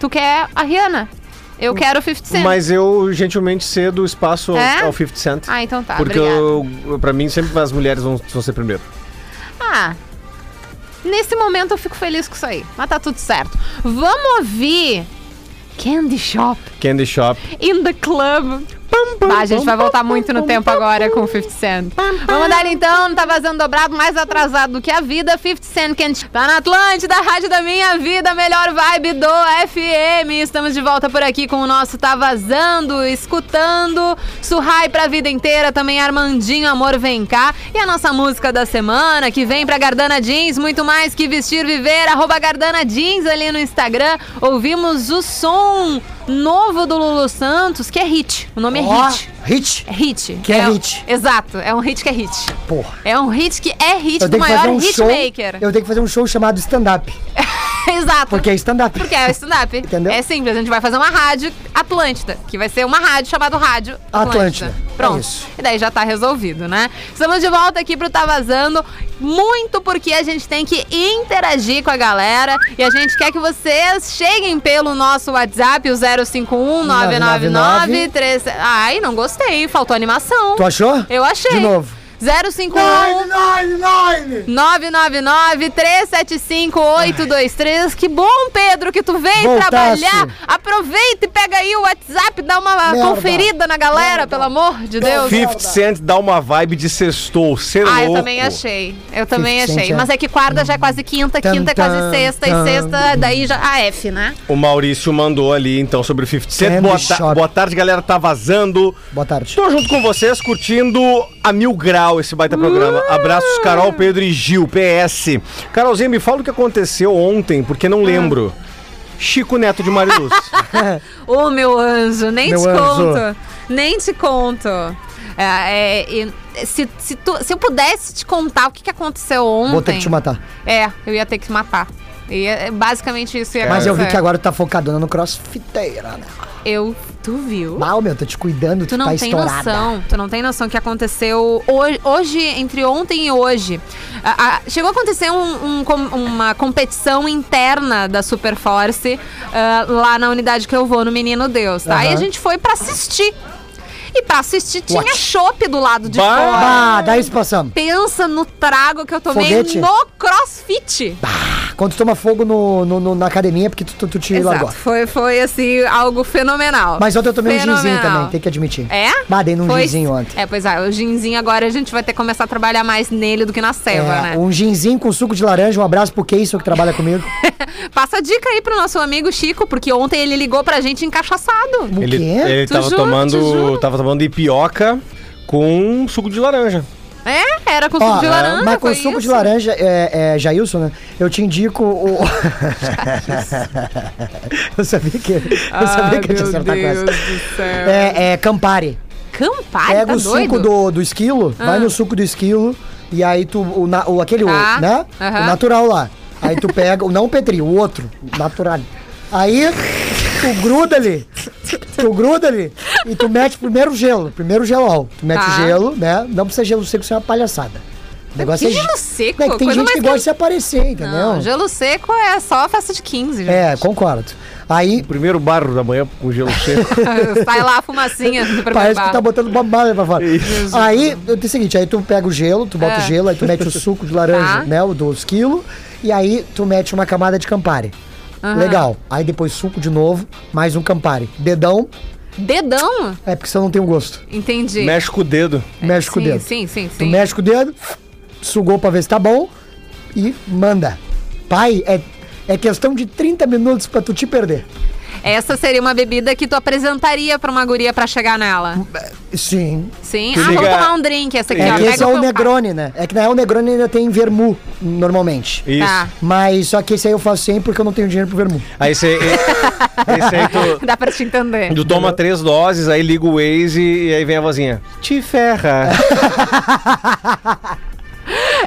[SPEAKER 2] Tu quer a Rihanna? Eu quero o 50 Cent.
[SPEAKER 7] Hum. Mas eu gentilmente cedo o espaço ao-
[SPEAKER 2] É?
[SPEAKER 7] ao 50 Cent.
[SPEAKER 2] Ah, então tá,
[SPEAKER 7] porque
[SPEAKER 2] obrigada.
[SPEAKER 7] eu, eu- pra mim sempre as mulheres vão, vão ser primeiro.
[SPEAKER 2] Ah,
[SPEAKER 8] Nesse momento eu fico feliz com isso aí. Mas tá tudo certo. Vamos ouvir Candy Shop
[SPEAKER 7] Candy Shop.
[SPEAKER 8] in the Club. Bah, a gente vai voltar muito no tempo agora com 50 Cent. Vamos dar então, tá vazando dobrado, mais atrasado do que a vida. 50 Cent Candy Shop.
[SPEAKER 2] Tá na Atlântida, a rádio da minha vida, a melhor vibe do FM. Estamos de volta por aqui com o nosso Tá Vazando, escutando Surrai pra vida inteira, também Armandinho Amor Vem Cá. E a nossa música da semana, que vem pra Gardana Jeans, muito mais que vestir, viver, arroba Gardana Jeans ali no Instagram. Ouvimos o som novo do Lulu Santos, que é hit. O nome é
[SPEAKER 5] Ó,
[SPEAKER 2] hit.
[SPEAKER 5] hit.
[SPEAKER 2] É hit.
[SPEAKER 5] Que é
[SPEAKER 2] um-
[SPEAKER 5] hit.
[SPEAKER 2] Exato, é um hit que é hit.
[SPEAKER 5] Porra.
[SPEAKER 2] É um hit que é hit
[SPEAKER 5] Eu
[SPEAKER 2] do
[SPEAKER 5] tenho que fazer
[SPEAKER 2] maior
[SPEAKER 5] um show.
[SPEAKER 2] hitmaker.
[SPEAKER 5] Eu tenho que fazer um show chamado stand-up.
[SPEAKER 2] Exato.
[SPEAKER 5] Porque é stand-up.
[SPEAKER 2] Porque é o stand-up.
[SPEAKER 5] Entendeu?
[SPEAKER 2] É simples, a gente vai fazer uma rádio Atlântida, que vai ser uma rádio chamada Rádio Atlântida.
[SPEAKER 5] Atlântida, é
[SPEAKER 2] Pronto.
[SPEAKER 5] isso.
[SPEAKER 2] E daí já tá resolvido, né? Estamos de volta aqui pro Tá Vazando, muito porque a gente tem que interagir com a galera e a gente quer que vocês cheguem pelo nosso WhatsApp, o 051 999 3... Ai, não gostei, faltou animação.
[SPEAKER 5] Tu achou?
[SPEAKER 2] Eu achei.
[SPEAKER 5] De novo.
[SPEAKER 2] 051 999-375-823. Que bom, Pedro, que tu veio
[SPEAKER 5] Voltasse.
[SPEAKER 2] trabalhar. Aproveita e pega aí o WhatsApp, dá uma
[SPEAKER 5] Merda.
[SPEAKER 2] conferida na galera, pelo amor de Deus.
[SPEAKER 7] 50 Cent dá uma vibe de sextou, ser
[SPEAKER 2] Ah, eu
[SPEAKER 7] louco.
[SPEAKER 2] também achei. Eu também
[SPEAKER 5] 50
[SPEAKER 2] achei.
[SPEAKER 5] Cent,
[SPEAKER 2] Mas é que quarta já é quase quinta,
[SPEAKER 5] Tan,
[SPEAKER 2] quinta é
[SPEAKER 5] tan,
[SPEAKER 2] quase sexta,
[SPEAKER 5] tan.
[SPEAKER 2] e sexta, daí já. A F, né?
[SPEAKER 7] O Maurício mandou ali, então, sobre o 50 Cent.
[SPEAKER 5] Candy
[SPEAKER 7] Boa, ta-
[SPEAKER 5] Shop.
[SPEAKER 7] boa tarde, galera. Tá vazando.
[SPEAKER 5] Boa tarde.
[SPEAKER 7] Estou junto com vocês, curtindo a mil grau esse baita programa. Abraços, Carol, Pedro e Gil. PS. Carolzinha, me fala o que aconteceu ontem, porque
[SPEAKER 5] Ah.
[SPEAKER 7] não lembro. Chico Neto de Mariluz.
[SPEAKER 2] Ô, meu anjo, nem
[SPEAKER 5] Meu
[SPEAKER 2] te
[SPEAKER 5] anjo.
[SPEAKER 2] conto. Nem te conto. É, é, e- se, se tu- se eu pudesse te contar o que, que aconteceu ontem.
[SPEAKER 5] Vou ter que te matar.
[SPEAKER 2] É, eu ia ter que matar. E é basicamente isso ia
[SPEAKER 5] Mas eu vi
[SPEAKER 2] acontecer.
[SPEAKER 5] que agora tu tá focadona no crossfiteira, né?
[SPEAKER 2] Eu. Tu viu?
[SPEAKER 5] Mal, meu, tô te cuidando, tu,
[SPEAKER 2] Tu não
[SPEAKER 5] tá
[SPEAKER 2] tem
[SPEAKER 5] estourada.
[SPEAKER 2] noção, tu não tem noção que aconteceu hoje, hoje entre ontem e hoje. A- a- chegou a acontecer um- um com- uma competição interna da Superforce ah, lá na unidade que eu vou, no Menino Deus, tá? E a
[SPEAKER 5] Aham.
[SPEAKER 2] gente foi pra assistir. E pra assistir tinha
[SPEAKER 5] What?
[SPEAKER 2] chopp do lado de
[SPEAKER 7] Bah!
[SPEAKER 2] fora.
[SPEAKER 5] Ah, daí isso passamos.
[SPEAKER 2] Pensa no trago que eu tomei
[SPEAKER 5] Foguete?
[SPEAKER 2] no crossfit.
[SPEAKER 5] Quando tu toma fogo no, no- no- na academia, é porque tu, tu, tu te largou.
[SPEAKER 2] Exato. Foi, foi assim, algo fenomenal.
[SPEAKER 5] Mas ontem eu tomei um ginzinho
[SPEAKER 2] Fenomenal.
[SPEAKER 5] também, tem que admitir.
[SPEAKER 2] É?
[SPEAKER 5] Bah, dei num
[SPEAKER 2] Pois-
[SPEAKER 5] ginzinho ontem.
[SPEAKER 2] É, pois é, o ginzinho agora a gente vai ter que começar a trabalhar mais nele do que na selva,
[SPEAKER 5] É,
[SPEAKER 2] né?
[SPEAKER 5] Um ginzinho com suco de laranja, um abraço pro Keyson que trabalha comigo.
[SPEAKER 2] Passa a dica aí pro nosso amigo Chico, porque ontem ele ligou pra gente encaixaçado.
[SPEAKER 5] O
[SPEAKER 7] ele
[SPEAKER 5] quê?
[SPEAKER 7] ele
[SPEAKER 2] Tu
[SPEAKER 7] tava
[SPEAKER 2] juro, te
[SPEAKER 7] tomando.
[SPEAKER 2] juro.
[SPEAKER 7] Tava tomando ipioca com suco de laranja.
[SPEAKER 2] É, era com
[SPEAKER 5] Ó,
[SPEAKER 2] suco de laranja.
[SPEAKER 5] Mas com
[SPEAKER 2] foi
[SPEAKER 5] suco de
[SPEAKER 2] isso.
[SPEAKER 5] laranja, é, é, Jailson, né? Eu te indico o. eu sabia que. Eu
[SPEAKER 2] Ai,
[SPEAKER 5] sabia que eu ia te
[SPEAKER 2] meu
[SPEAKER 5] acertar
[SPEAKER 2] Deus
[SPEAKER 5] com essa.
[SPEAKER 2] do céu.
[SPEAKER 5] É, é Campari.
[SPEAKER 2] Campari,
[SPEAKER 5] Pega
[SPEAKER 2] tá
[SPEAKER 5] o suco
[SPEAKER 2] doido? Ah.
[SPEAKER 5] do, do esquilo, vai no suco do esquilo, e aí tu. O, na- o- aquele, o-
[SPEAKER 2] Tá.
[SPEAKER 5] né?
[SPEAKER 2] Aham.
[SPEAKER 5] O natural lá. Aí tu pega. o- Não o Petri, o outro. Natural. Aí tu gruda ali. Tu gruda ali e tu mete primeiro gelo. Primeiro gelol. Tu mete
[SPEAKER 2] Tá.
[SPEAKER 5] gelo, né? Não precisa gelo seco, isso é uma palhaçada. O negócio
[SPEAKER 2] Que
[SPEAKER 5] é.
[SPEAKER 2] gelo
[SPEAKER 5] ge-
[SPEAKER 2] seco?
[SPEAKER 5] É que tem
[SPEAKER 2] Coisa
[SPEAKER 5] gente
[SPEAKER 2] mais
[SPEAKER 5] que gosta de se aparecer, entendeu?
[SPEAKER 2] Não, Ah, gelo seco é só festa de 15, gente.
[SPEAKER 5] É, concordo. Aí
[SPEAKER 7] Primeiro barro da manhã com gelo seco.
[SPEAKER 2] Sai lá a fumacinha do primeiro
[SPEAKER 5] Parece que
[SPEAKER 2] bar.
[SPEAKER 5] tá botando Bob Marley pra fora. Aí, eu tenho o seguinte, aí tu pega o gelo, tu bota o gelo, aí tu mete o suco de laranja,
[SPEAKER 2] É. Tá.
[SPEAKER 5] né, o dos quilos, e aí tu mete uma camada de Campari. Legal. Aí depois suco de novo, mais um Campari. Dedão,
[SPEAKER 2] Dedão?
[SPEAKER 5] é porque você não tem o gosto.
[SPEAKER 2] Entendi.
[SPEAKER 7] Mexe com o dedo.
[SPEAKER 5] Mexe com o
[SPEAKER 2] É, sim,
[SPEAKER 5] dedo.
[SPEAKER 2] Sim, sim,
[SPEAKER 5] Tu
[SPEAKER 2] sim.
[SPEAKER 5] mexe com o dedo, sugou pra ver se tá bom e manda. Pai, é, é questão de 30 minutos pra tu te perder.
[SPEAKER 2] Essa seria uma bebida que tu apresentaria pra uma guria pra chegar nela.
[SPEAKER 5] Sim.
[SPEAKER 2] Sim.
[SPEAKER 7] Tu
[SPEAKER 2] ah,
[SPEAKER 7] liga-
[SPEAKER 2] vamos tomar um drink. Essa aqui,
[SPEAKER 5] É
[SPEAKER 2] ó.
[SPEAKER 5] que esse
[SPEAKER 2] Pega
[SPEAKER 5] é o
[SPEAKER 2] teu
[SPEAKER 5] Negroni, né? É que na real o Negroni ainda tem vermu, normalmente.
[SPEAKER 7] Isso.
[SPEAKER 2] Tá.
[SPEAKER 5] Mas só que esse aí eu faço sempre porque eu não tenho dinheiro pro vermu.
[SPEAKER 7] Aí você. esse aí tu.
[SPEAKER 2] pai. Dá pra te entender.
[SPEAKER 7] Tu É. toma três doses, aí liga o Waze e aí vem a vozinha. Te ferra.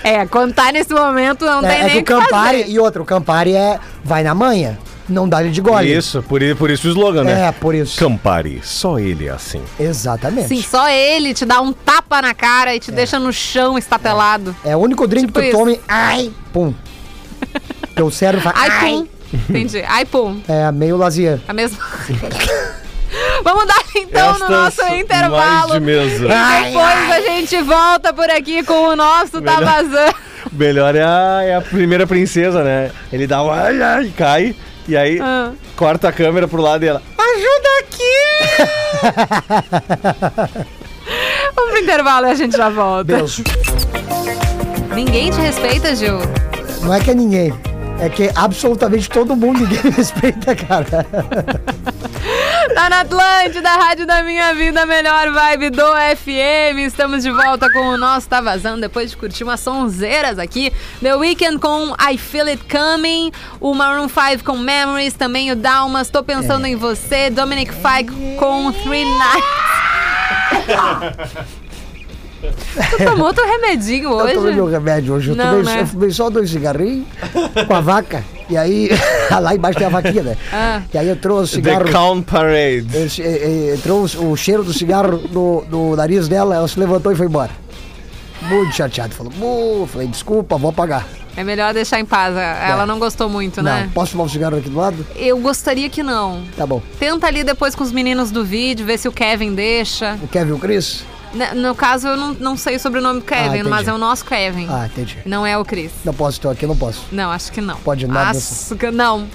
[SPEAKER 2] É, quando tá nesse momento não tem
[SPEAKER 5] É, é
[SPEAKER 2] nem
[SPEAKER 5] que o
[SPEAKER 2] o que fazer.
[SPEAKER 5] Campari e outro, o Campari é vai na manha, não dá-lhe de gole.
[SPEAKER 7] Isso, por, i- por isso o slogan, né?
[SPEAKER 5] É, por isso.
[SPEAKER 7] Campari, só ele é assim.
[SPEAKER 5] Exatamente.
[SPEAKER 2] Sim, só ele te dá um tapa na cara e te deixa no chão estatelado.
[SPEAKER 5] É o único drink
[SPEAKER 2] Tipo
[SPEAKER 5] que tu
[SPEAKER 2] isso.
[SPEAKER 5] tome, ai, pum. Teu cérebro fala,
[SPEAKER 2] Ai,
[SPEAKER 5] É. ai.
[SPEAKER 2] pum. Entendi. Ai, pum.
[SPEAKER 5] É, meio lazier.
[SPEAKER 2] A mesma... Vamos dar então no nosso intervalo.
[SPEAKER 7] mesa.
[SPEAKER 2] E depois a gente volta por aqui com o nosso Tá Vazando.
[SPEAKER 7] Melhor é a, é a primeira princesa, né? Ele dá um ai, ai, cai, e aí
[SPEAKER 2] Ah.
[SPEAKER 7] corta a câmera pro lado dela.
[SPEAKER 2] Vamos pro intervalo e a gente já volta.
[SPEAKER 5] Beijo.
[SPEAKER 2] Ninguém te respeita, Gil.
[SPEAKER 5] Não é que é ninguém. É que absolutamente todo mundo, ninguém me respeita, cara.
[SPEAKER 2] Tá na Atlântida, Rádio da Minha Vida, a melhor vibe do FM. Estamos de volta com o nosso Tá Vazando, depois de curtir umas sonzeiras aqui. The Weeknd com I Feel It Coming, o Maroon 5 com Memories, também o Dalmas, Tô Pensando
[SPEAKER 5] É.
[SPEAKER 2] em Você, Dominic Fike com Three Nights. tu tomou teu remedinho hoje?
[SPEAKER 5] Eu tomei meu remédio hoje. Eu,
[SPEAKER 2] é. Não,
[SPEAKER 5] tomei,
[SPEAKER 2] né?
[SPEAKER 5] eu fumei só dois cigarrinhos com a vaca. E aí, lá embaixo tem a vaquinha, né?
[SPEAKER 2] Ah.
[SPEAKER 5] E aí entrou o
[SPEAKER 7] The
[SPEAKER 5] cigarro.
[SPEAKER 7] Count Parade.
[SPEAKER 5] esse- eh, eh, Entrou o- o cheiro do cigarro no, no nariz dela, ela se levantou e foi embora. Muito chateado. Falou, "Bu", falei, desculpa, vou apagar.
[SPEAKER 2] É melhor deixar em paz, ela não gostou muito,
[SPEAKER 5] É. Não,
[SPEAKER 2] né?
[SPEAKER 5] posso fumar um cigarro aqui do lado?
[SPEAKER 2] Eu gostaria que não.
[SPEAKER 5] Tá bom.
[SPEAKER 2] Tenta ali depois com os meninos do vídeo, ver se o Kevin deixa.
[SPEAKER 5] O Kevin e o Chris?
[SPEAKER 2] Ne- Né, No caso, eu não, não sei sobre o nome do Kevin,
[SPEAKER 5] Ah, entendi.
[SPEAKER 2] mas é o nosso Kevin.
[SPEAKER 5] Ah, entendi.
[SPEAKER 2] Não é o Chris.
[SPEAKER 5] Não posso, estou aqui, não posso.
[SPEAKER 2] Não, acho que não.
[SPEAKER 5] Pode nada,
[SPEAKER 2] Acho que não.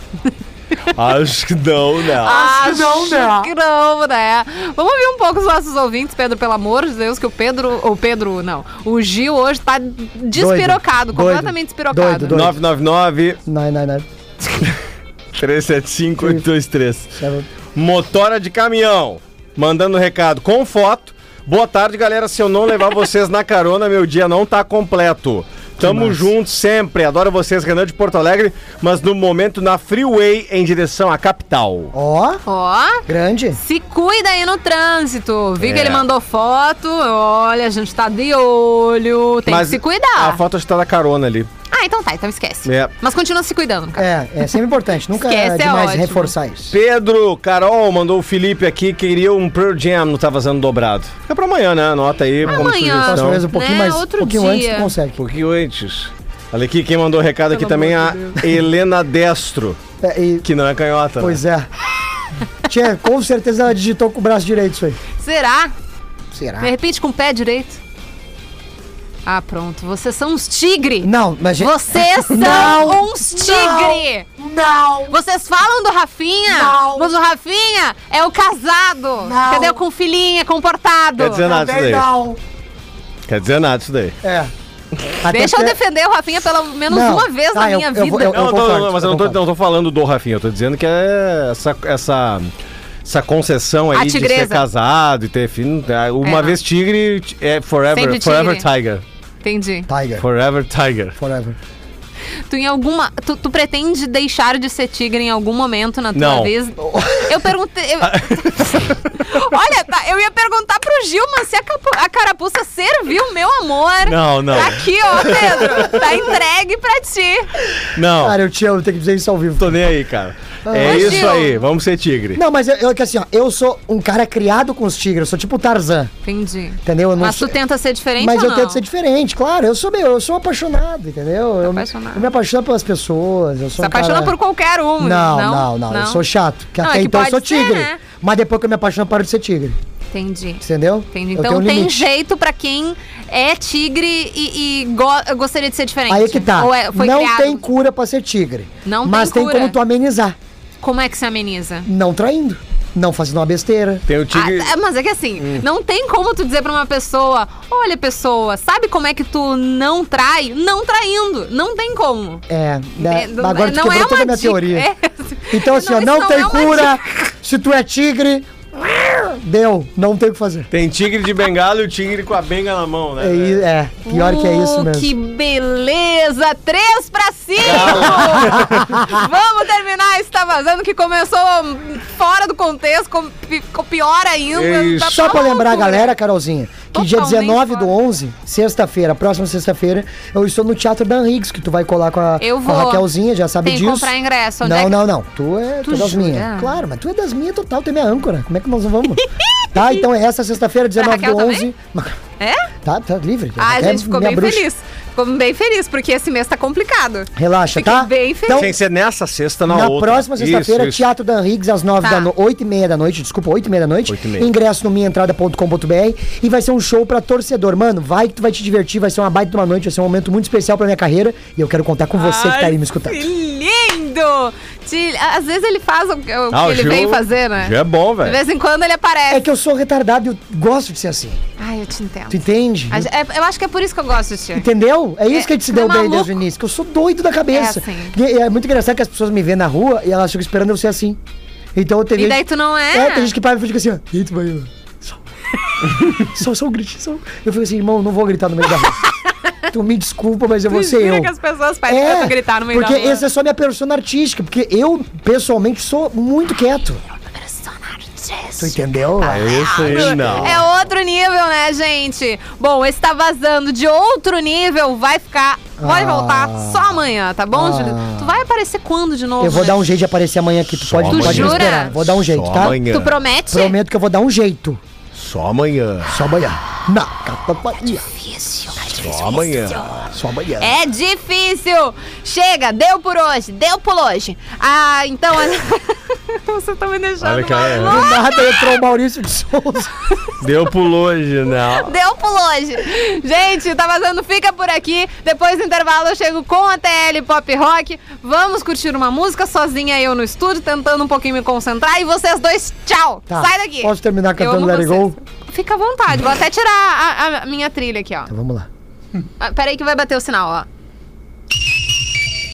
[SPEAKER 7] Acho que não, não.
[SPEAKER 2] Acho que não, né? Vamos ouvir um pouco os nossos ouvintes, Pedro, pelo amor de Deus, que o Pedro. O Pedro, não. O Gil hoje tá despirocado,
[SPEAKER 5] Doido.
[SPEAKER 2] completamente despirocado.
[SPEAKER 5] Doido, doido.
[SPEAKER 7] 999
[SPEAKER 5] Não, não, não.
[SPEAKER 7] 375 823.
[SPEAKER 5] Quero-
[SPEAKER 7] Motora de caminhão. Mandando recado com foto. Boa tarde, galera. Se eu não levar vocês na carona, meu dia não tá completo. Tamo junto sempre. Adoro vocês, Renan de Porto Alegre, mas no momento na Freeway em direção à capital.
[SPEAKER 5] Ó,
[SPEAKER 2] Ó.
[SPEAKER 5] grande.
[SPEAKER 2] Se cuida aí no trânsito. Vi que
[SPEAKER 7] É.
[SPEAKER 2] ele mandou foto. Olha, a gente tá de olho. Tem
[SPEAKER 7] Mas
[SPEAKER 2] que se cuidar.
[SPEAKER 7] A foto acho que tá na carona ali.
[SPEAKER 2] Ah, então tá, então esquece.
[SPEAKER 7] É.
[SPEAKER 2] Mas continua se cuidando, cara.
[SPEAKER 5] É, é sempre importante. Nunca
[SPEAKER 2] Esquece,
[SPEAKER 5] é
[SPEAKER 2] é
[SPEAKER 5] demais
[SPEAKER 2] ótimo.
[SPEAKER 5] reforçar isso.
[SPEAKER 7] Pedro Carol mandou o Felipe aqui, queria um Pearl Jam no Tá Vazando Dobrado. Fica pra amanhã, né? Anota aí como
[SPEAKER 2] Amanhã.
[SPEAKER 7] sugestão.
[SPEAKER 5] Próxima vez um pouquinho
[SPEAKER 2] né,
[SPEAKER 5] mais. Um
[SPEAKER 2] outro
[SPEAKER 5] pouquinho antes
[SPEAKER 2] dia.
[SPEAKER 5] tu consegue.
[SPEAKER 7] Um pouquinho antes. Olha aqui, quem mandou o recado aqui
[SPEAKER 2] Pelo
[SPEAKER 7] também é
[SPEAKER 2] amor
[SPEAKER 7] a Helena Destro,
[SPEAKER 5] É, e-
[SPEAKER 7] que não é canhota. né?
[SPEAKER 5] pois é. Tchê, com certeza ela digitou com o braço direito isso aí.
[SPEAKER 2] Será?
[SPEAKER 5] Será?
[SPEAKER 2] De repente com o pé direito. Ah, pronto. Vocês são uns tigre.
[SPEAKER 5] Não, mas é gente.
[SPEAKER 2] Vocês são
[SPEAKER 5] Não.
[SPEAKER 2] uns tigre.
[SPEAKER 5] Não!
[SPEAKER 2] Vocês falam do Rafinha,
[SPEAKER 5] Não.
[SPEAKER 2] mas o Rafinha é o casado.
[SPEAKER 5] Não.
[SPEAKER 2] Entendeu? Com filhinha, comportado.
[SPEAKER 7] Quer dizer nada isso daí.
[SPEAKER 5] não!
[SPEAKER 7] Quer dizer nada isso daí.
[SPEAKER 5] É. Até
[SPEAKER 2] Deixa eu
[SPEAKER 5] porque-
[SPEAKER 2] defender o Rafinha pelo menos
[SPEAKER 5] Não.
[SPEAKER 2] uma vez
[SPEAKER 5] Ah,
[SPEAKER 2] na
[SPEAKER 5] eu-
[SPEAKER 2] minha
[SPEAKER 5] eu vou-
[SPEAKER 2] vida.
[SPEAKER 5] eu-
[SPEAKER 7] Não, não,
[SPEAKER 5] concordo,
[SPEAKER 7] não, mas eu não tô,
[SPEAKER 5] concordo.
[SPEAKER 7] não tô falando do Rafinha, eu tô dizendo que é essa, essa, essa concessão aí de ser
[SPEAKER 2] tigresa.
[SPEAKER 7] casado e ter filho. tá? Uma
[SPEAKER 2] É.
[SPEAKER 7] vez tigre é forever,
[SPEAKER 2] Sempre
[SPEAKER 7] forever
[SPEAKER 2] tigre.
[SPEAKER 7] tiger.
[SPEAKER 2] Entendi.
[SPEAKER 5] Tiger.
[SPEAKER 7] Forever tiger.
[SPEAKER 5] Forever.
[SPEAKER 2] Tu em alguma. Tu, tu pretende deixar de ser tigre em algum momento na tua
[SPEAKER 7] Não.
[SPEAKER 2] vez? Eu perguntei. eu- Olha, tá, eu ia perguntar pro Gilman se a, capu- a carapuça serviu, meu amor.
[SPEAKER 7] Não, não,
[SPEAKER 2] Tá aqui, ó, Pedro. Tá entregue pra ti.
[SPEAKER 7] não.
[SPEAKER 5] Cara, eu te amo, tenho que dizer isso ao vivo.
[SPEAKER 7] Tô nem aí, cara. É
[SPEAKER 2] Mas,
[SPEAKER 7] isso
[SPEAKER 2] Gil-
[SPEAKER 7] aí, vamos ser tigre.
[SPEAKER 5] Não, mas eu, eu que assim, ó, eu sou um cara criado com os tigres, eu sou tipo o Tarzan,
[SPEAKER 2] Entendi.
[SPEAKER 5] entendeu? Eu não
[SPEAKER 2] Mas
[SPEAKER 5] sou-
[SPEAKER 2] tu tenta ser diferente
[SPEAKER 5] Mas
[SPEAKER 2] ou
[SPEAKER 5] eu
[SPEAKER 2] não? Tá
[SPEAKER 5] tento ser diferente, claro. Eu sou meu, eu sou apaixonado, entendeu? Eu,
[SPEAKER 2] Apaixonado.
[SPEAKER 5] eu me apaixono pelas pessoas. Eu sou
[SPEAKER 2] Se
[SPEAKER 5] um cara-
[SPEAKER 2] apaixona por qualquer um.
[SPEAKER 5] Não, não, não, Eu sou chato. Que
[SPEAKER 2] Não,
[SPEAKER 5] até
[SPEAKER 2] é que
[SPEAKER 5] então eu
[SPEAKER 2] pode
[SPEAKER 5] sou
[SPEAKER 2] ser,
[SPEAKER 5] tigre.
[SPEAKER 2] né?
[SPEAKER 5] Mas depois que eu me apaixono, eu paro de ser tigre.
[SPEAKER 2] Entendi.
[SPEAKER 5] Entendeu?
[SPEAKER 2] Entendi.
[SPEAKER 5] Eu
[SPEAKER 2] Então
[SPEAKER 5] tenho um
[SPEAKER 2] tem
[SPEAKER 5] limite.
[SPEAKER 2] jeito pra quem é tigre e, e go- gostaria de ser diferente.
[SPEAKER 5] Aí que tá.
[SPEAKER 2] Ou é- foi
[SPEAKER 5] não
[SPEAKER 2] criado.
[SPEAKER 5] tem cura pra ser tigre.
[SPEAKER 2] Não tem
[SPEAKER 5] Mas tem
[SPEAKER 2] cura.
[SPEAKER 5] como tu amenizar.
[SPEAKER 2] Como é que se ameniza?
[SPEAKER 5] Não traindo. Não fazendo uma besteira.
[SPEAKER 7] Tem o tigre.
[SPEAKER 2] Ah, é, mas é que assim,
[SPEAKER 5] Hum.
[SPEAKER 2] não tem como tu dizer pra uma pessoa, olha pessoa, sabe como é que tu não trai? Não traindo, não tem como.
[SPEAKER 5] É.
[SPEAKER 2] É,
[SPEAKER 5] né? Agora tu
[SPEAKER 2] não
[SPEAKER 5] quebrou
[SPEAKER 2] é
[SPEAKER 5] toda
[SPEAKER 2] uma
[SPEAKER 5] a
[SPEAKER 2] dica,
[SPEAKER 5] minha teoria.
[SPEAKER 2] é.
[SPEAKER 5] Então assim, ó,
[SPEAKER 2] isso
[SPEAKER 5] não, tem
[SPEAKER 2] é uma
[SPEAKER 5] cura.
[SPEAKER 2] dica.
[SPEAKER 5] Se tu é tigre, deu. Não tem o que fazer.
[SPEAKER 7] Tem tigre de bengala e o tigre com a benga na mão, né?
[SPEAKER 5] É, i- é, pior que é isso
[SPEAKER 2] Uh,
[SPEAKER 5] mesmo.
[SPEAKER 2] Que beleza! Três pra cinco! Vamos terminar esse Tá Vazando que começou fora do contexto, com, pi- ficou pior ainda.
[SPEAKER 7] Isso.
[SPEAKER 2] Tá
[SPEAKER 5] Só pra
[SPEAKER 2] uma
[SPEAKER 5] lembrar,
[SPEAKER 2] loucura.
[SPEAKER 5] galera, Carolzinha, que dia
[SPEAKER 2] Totalmente
[SPEAKER 5] 19 do
[SPEAKER 2] fora.
[SPEAKER 5] 11, sexta-feira, próxima sexta-feira, eu estou no Teatro Dan Higgs, que tu vai colar com a,
[SPEAKER 2] Eu
[SPEAKER 5] com a
[SPEAKER 2] vou.
[SPEAKER 5] Raquelzinha, já sabe
[SPEAKER 2] Tem que
[SPEAKER 5] disso.
[SPEAKER 2] comprar ingresso, onde
[SPEAKER 5] Não,
[SPEAKER 2] é que-
[SPEAKER 5] não, não. Tu é, tu
[SPEAKER 2] Tu
[SPEAKER 5] é das
[SPEAKER 2] jura?
[SPEAKER 5] minhas. Claro, mas tu é das minhas total, tu é minha âncora. Como é que nós vamos? tá, então é essa sexta-feira, 19 do
[SPEAKER 2] Raquel
[SPEAKER 5] 11.
[SPEAKER 2] É?
[SPEAKER 5] Tá, tá livre.
[SPEAKER 2] Ah, a
[SPEAKER 5] Raquel é
[SPEAKER 2] gente ficou
[SPEAKER 5] minha
[SPEAKER 2] bem
[SPEAKER 5] bruxa.
[SPEAKER 2] feliz. Fico bem feliz, porque esse mês tá complicado.
[SPEAKER 5] Relaxa,
[SPEAKER 2] Fiquei
[SPEAKER 5] tá?
[SPEAKER 2] bem feliz.
[SPEAKER 5] Então,
[SPEAKER 7] Sem ser nessa sexta, na,
[SPEAKER 5] na
[SPEAKER 7] outra.
[SPEAKER 5] próxima sexta-feira,
[SPEAKER 7] Isso, isso.
[SPEAKER 5] Teatro Dan Riggs, às 9
[SPEAKER 2] Tá.
[SPEAKER 5] da noite, 8 e meia da noite, desculpa, 8 e meia da noite.
[SPEAKER 7] Oito e meia.
[SPEAKER 5] Ingresso no minhaentrada.com.br e vai ser um show pra torcedor. Mano, vai que tu vai te divertir, vai ser uma baita de uma noite, vai ser um momento muito especial pra minha carreira e eu quero contar com você que tá aí me escutando.
[SPEAKER 2] Que lindo! Te- às vezes ele faz o, que- o
[SPEAKER 7] Ah,
[SPEAKER 2] que
[SPEAKER 7] o
[SPEAKER 2] ele
[SPEAKER 7] Gil-
[SPEAKER 2] veio fazer, né?
[SPEAKER 7] Gil é bom,
[SPEAKER 2] De
[SPEAKER 7] velho.
[SPEAKER 2] vez em quando ele aparece.
[SPEAKER 5] É que eu sou retardado e eu gosto de ser assim.
[SPEAKER 2] Ai, eu te entendo.
[SPEAKER 5] Tu entende?
[SPEAKER 2] A ge- é- eu acho que é por isso que eu gosto de ti.
[SPEAKER 5] Entendeu? É
[SPEAKER 2] É,
[SPEAKER 5] isso que a gente se
[SPEAKER 2] tu é
[SPEAKER 5] deu bem
[SPEAKER 2] maluco.
[SPEAKER 5] desde o início, que eu sou doido da cabeça.
[SPEAKER 2] É assim.
[SPEAKER 5] E- e é muito engraçado que as pessoas me veem na rua e elas ficam esperando eu ser assim. Então eu
[SPEAKER 2] E
[SPEAKER 5] teria.
[SPEAKER 2] daí tu não é?
[SPEAKER 5] É, tem gente que para e fica assim, ó. E aí tu vai, ó, só- um Só, só um gritinho, só. um- Eu fico assim, irmão, não vou gritar no meio da rua. tu me desculpa, mas eu vou ser
[SPEAKER 2] Jura
[SPEAKER 5] eu. É,
[SPEAKER 2] que as pessoas pedem pra tu gritar no meio
[SPEAKER 5] porque
[SPEAKER 2] da rua.
[SPEAKER 5] essa é só minha persona artística, porque eu, pessoalmente, sou muito quieto. Tu entendeu?
[SPEAKER 7] É Isso aí, não.
[SPEAKER 2] É outro nível, né, gente? Bom, esse tá vazando de outro nível, vai ficar. Vai
[SPEAKER 5] Ah.
[SPEAKER 2] voltar só amanhã, tá bom, Júlio? Tu vai aparecer quando de novo?
[SPEAKER 5] eu vou
[SPEAKER 2] né?
[SPEAKER 5] dar um jeito de aparecer amanhã aqui, tu pode,
[SPEAKER 7] amanhã.
[SPEAKER 5] pode me
[SPEAKER 2] Jura?
[SPEAKER 5] esperar. Vou dar um jeito,
[SPEAKER 7] Só
[SPEAKER 5] tá?
[SPEAKER 7] amanhã.
[SPEAKER 2] Tu promete?
[SPEAKER 5] Prometo que eu vou dar um jeito.
[SPEAKER 7] Só amanhã.
[SPEAKER 5] Só amanhã. Na catapatia.
[SPEAKER 7] Só amanhã.
[SPEAKER 5] Só amanhã.
[SPEAKER 2] É difícil! Chega, deu por hoje, deu por hoje. Ah, então. Você tá me deixando.
[SPEAKER 7] Olha que ela é.
[SPEAKER 2] maluca.
[SPEAKER 5] Do nada entrou o Maurício de Souza.
[SPEAKER 7] Deu pulo hoje, não.
[SPEAKER 2] Deu pulo hoje. Gente, tá vazando, fica por aqui. Depois do intervalo eu chego com a TL Pop Rock. Vamos curtir uma música sozinha eu no estúdio, tentando um pouquinho me concentrar. E vocês dois, tchau.
[SPEAKER 5] Tá,
[SPEAKER 2] Sai daqui.
[SPEAKER 5] posso terminar
[SPEAKER 2] Eu
[SPEAKER 5] cantando
[SPEAKER 2] amo
[SPEAKER 5] Let It Go?
[SPEAKER 2] vocês.
[SPEAKER 5] Então.
[SPEAKER 2] Fica à vontade. Vou até tirar a, a minha trilha aqui, ó.
[SPEAKER 5] Vamos lá.
[SPEAKER 2] Ah, Peraí que vai bater o sinal, ó.